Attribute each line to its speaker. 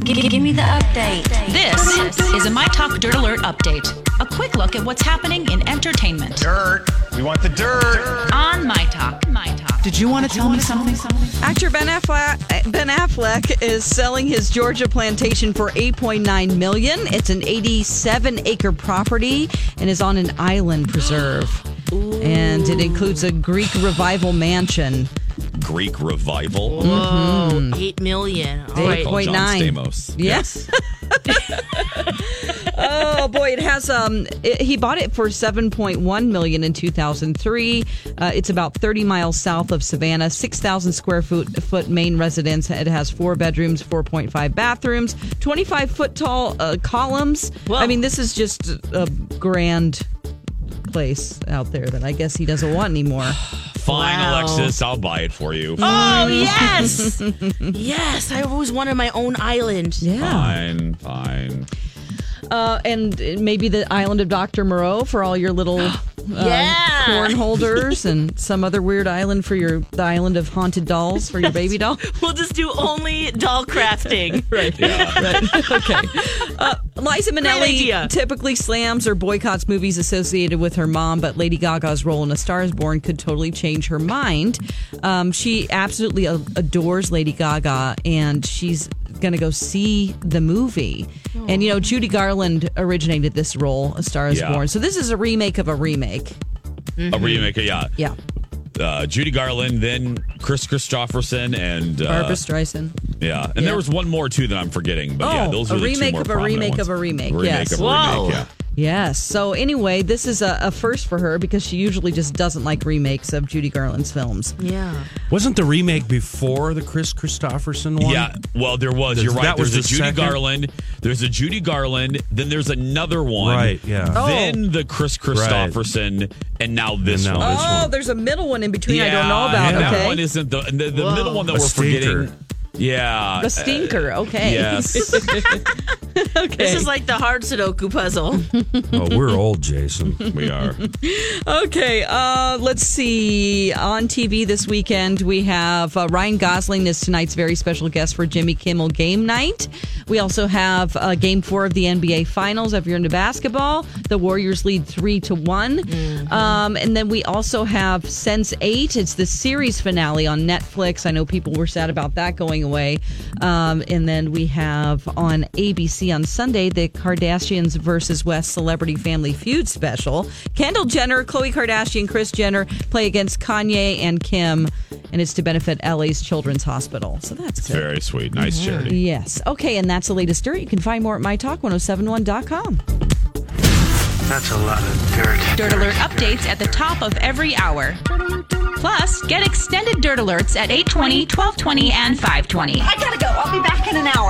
Speaker 1: Give me the update.
Speaker 2: This is a My Talk Dirt Alert update. A quick look at what's happening in entertainment
Speaker 3: Dirt. We want the dirt.
Speaker 2: on My Talk. My Talk.
Speaker 4: Did you want to tell me something?
Speaker 5: Actor Ben Affleck, ben Affleck is selling his Georgia plantation for 8.9 million. It's an 87-acre property and is on an island preserve. And it includes a Greek revival mansion.
Speaker 3: Greek revival.
Speaker 6: Whoa, eight million. All right.
Speaker 3: Call John
Speaker 5: 8.9.
Speaker 3: Stamos.
Speaker 5: Yes. oh boy, it has um it, he bought it for 7.1 million in 2003. Uh, it's about 30 miles south of Savannah, 6,000 square foot foot main residence. It has four bedrooms, 4.5 bathrooms, 25 foot tall uh, columns. I mean, this is just a grand place out there that I guess he doesn't want anymore.
Speaker 3: Fine,
Speaker 6: Wow.
Speaker 3: Alexis. I'll buy it for you.
Speaker 6: Oh yes, yes. I always wanted my own island.
Speaker 3: Fine, fine.
Speaker 5: Uh, and maybe the island of Dr. Moreau for all your little uh,
Speaker 6: Yeah.
Speaker 5: corn holders and some other weird island for your the island of haunted dolls for your baby doll.
Speaker 6: We'll just do only doll crafting.
Speaker 5: Liza
Speaker 6: idea.
Speaker 5: Minnelli typically slams or boycotts movies associated with her mom, but Lady Gaga's role in A Star is Born could totally change her mind. Um, she absolutely a- adores Lady Gaga, and she's going to go see the movie. And, you know, Judy Garland originated this role, A Star is
Speaker 3: Yeah.
Speaker 5: Born. So this is a remake of a remake.
Speaker 3: A remake, yeah.
Speaker 5: Yeah.
Speaker 3: Uh, Judy Garland, then Chris Christopherson, and uh,
Speaker 5: Barbara Streisand.
Speaker 3: yeah, and there was one more too that I'm forgetting. But yeah,
Speaker 5: Oh,
Speaker 3: those
Speaker 5: a
Speaker 3: are the two
Speaker 5: remake
Speaker 3: more
Speaker 5: of a
Speaker 3: prominent
Speaker 5: remake
Speaker 3: ones.
Speaker 5: of a remake,
Speaker 3: Remake
Speaker 5: yes.
Speaker 3: of a
Speaker 6: Whoa.
Speaker 3: remake. Yeah.
Speaker 5: Yes. So anyway, this is a, a first for her because she usually just doesn't like remakes of Judy Garland's films.
Speaker 6: yeah.
Speaker 7: Wasn't the remake before the Chris Christopherson one?
Speaker 3: Yeah, well, there was.
Speaker 7: Th-
Speaker 3: You're right.
Speaker 7: that
Speaker 3: There's
Speaker 7: was
Speaker 3: a
Speaker 7: the
Speaker 3: Judy
Speaker 7: second?
Speaker 3: Garland. There's a Judy Garland. Then there's another one.
Speaker 7: Right, yeah. Oh.
Speaker 3: Then the Chris Christopherson, and now this
Speaker 7: And now
Speaker 3: one.
Speaker 7: this
Speaker 5: Oh,
Speaker 7: one.
Speaker 5: there's a middle one in between I don't know
Speaker 3: Yeah,
Speaker 5: about.
Speaker 3: and
Speaker 5: okay.
Speaker 3: that one isn't the the, the middle one that
Speaker 7: A
Speaker 3: we're forgetting.
Speaker 7: stinker.
Speaker 3: Yeah,
Speaker 5: the stinker. Okay.
Speaker 3: yes.
Speaker 5: okay.
Speaker 6: This is like the hard Sudoku puzzle.
Speaker 7: Oh, we're old, Jason.
Speaker 3: we are.
Speaker 5: Okay, uh, let's see. On TV this weekend, we have uh, Ryan Gosling is tonight's very special guest for Jimmy Kimmel Game Night. We also have uh, Game Four of the NBA Finals. If you're into basketball, the Warriors lead three to one. Um, and then we also have Sense Eight. It's the series finale on Netflix. I know people were sad about that going away. Um, and then we have on ABC on Sunday the Kardashians versus West Celebrity Family Feud special. Kendall Jenner, Khloe Kardashian, Chris Jenner play against Kanye and Kim, and it's to benefit LA's Children's Hospital. So that's good.
Speaker 3: Very sweet. Nice
Speaker 5: Mm-hmm.
Speaker 3: charity.
Speaker 5: Yes. Okay, and that's the latest dirt. You can find more at mytalk1071.com.
Speaker 8: That's a lot of dirt.
Speaker 2: Dirt Alert updates at the top of every hour. Plus, get extended Dirt Alerts at 820, 1220, and 520.
Speaker 1: I gotta go. I'll be back in an hour.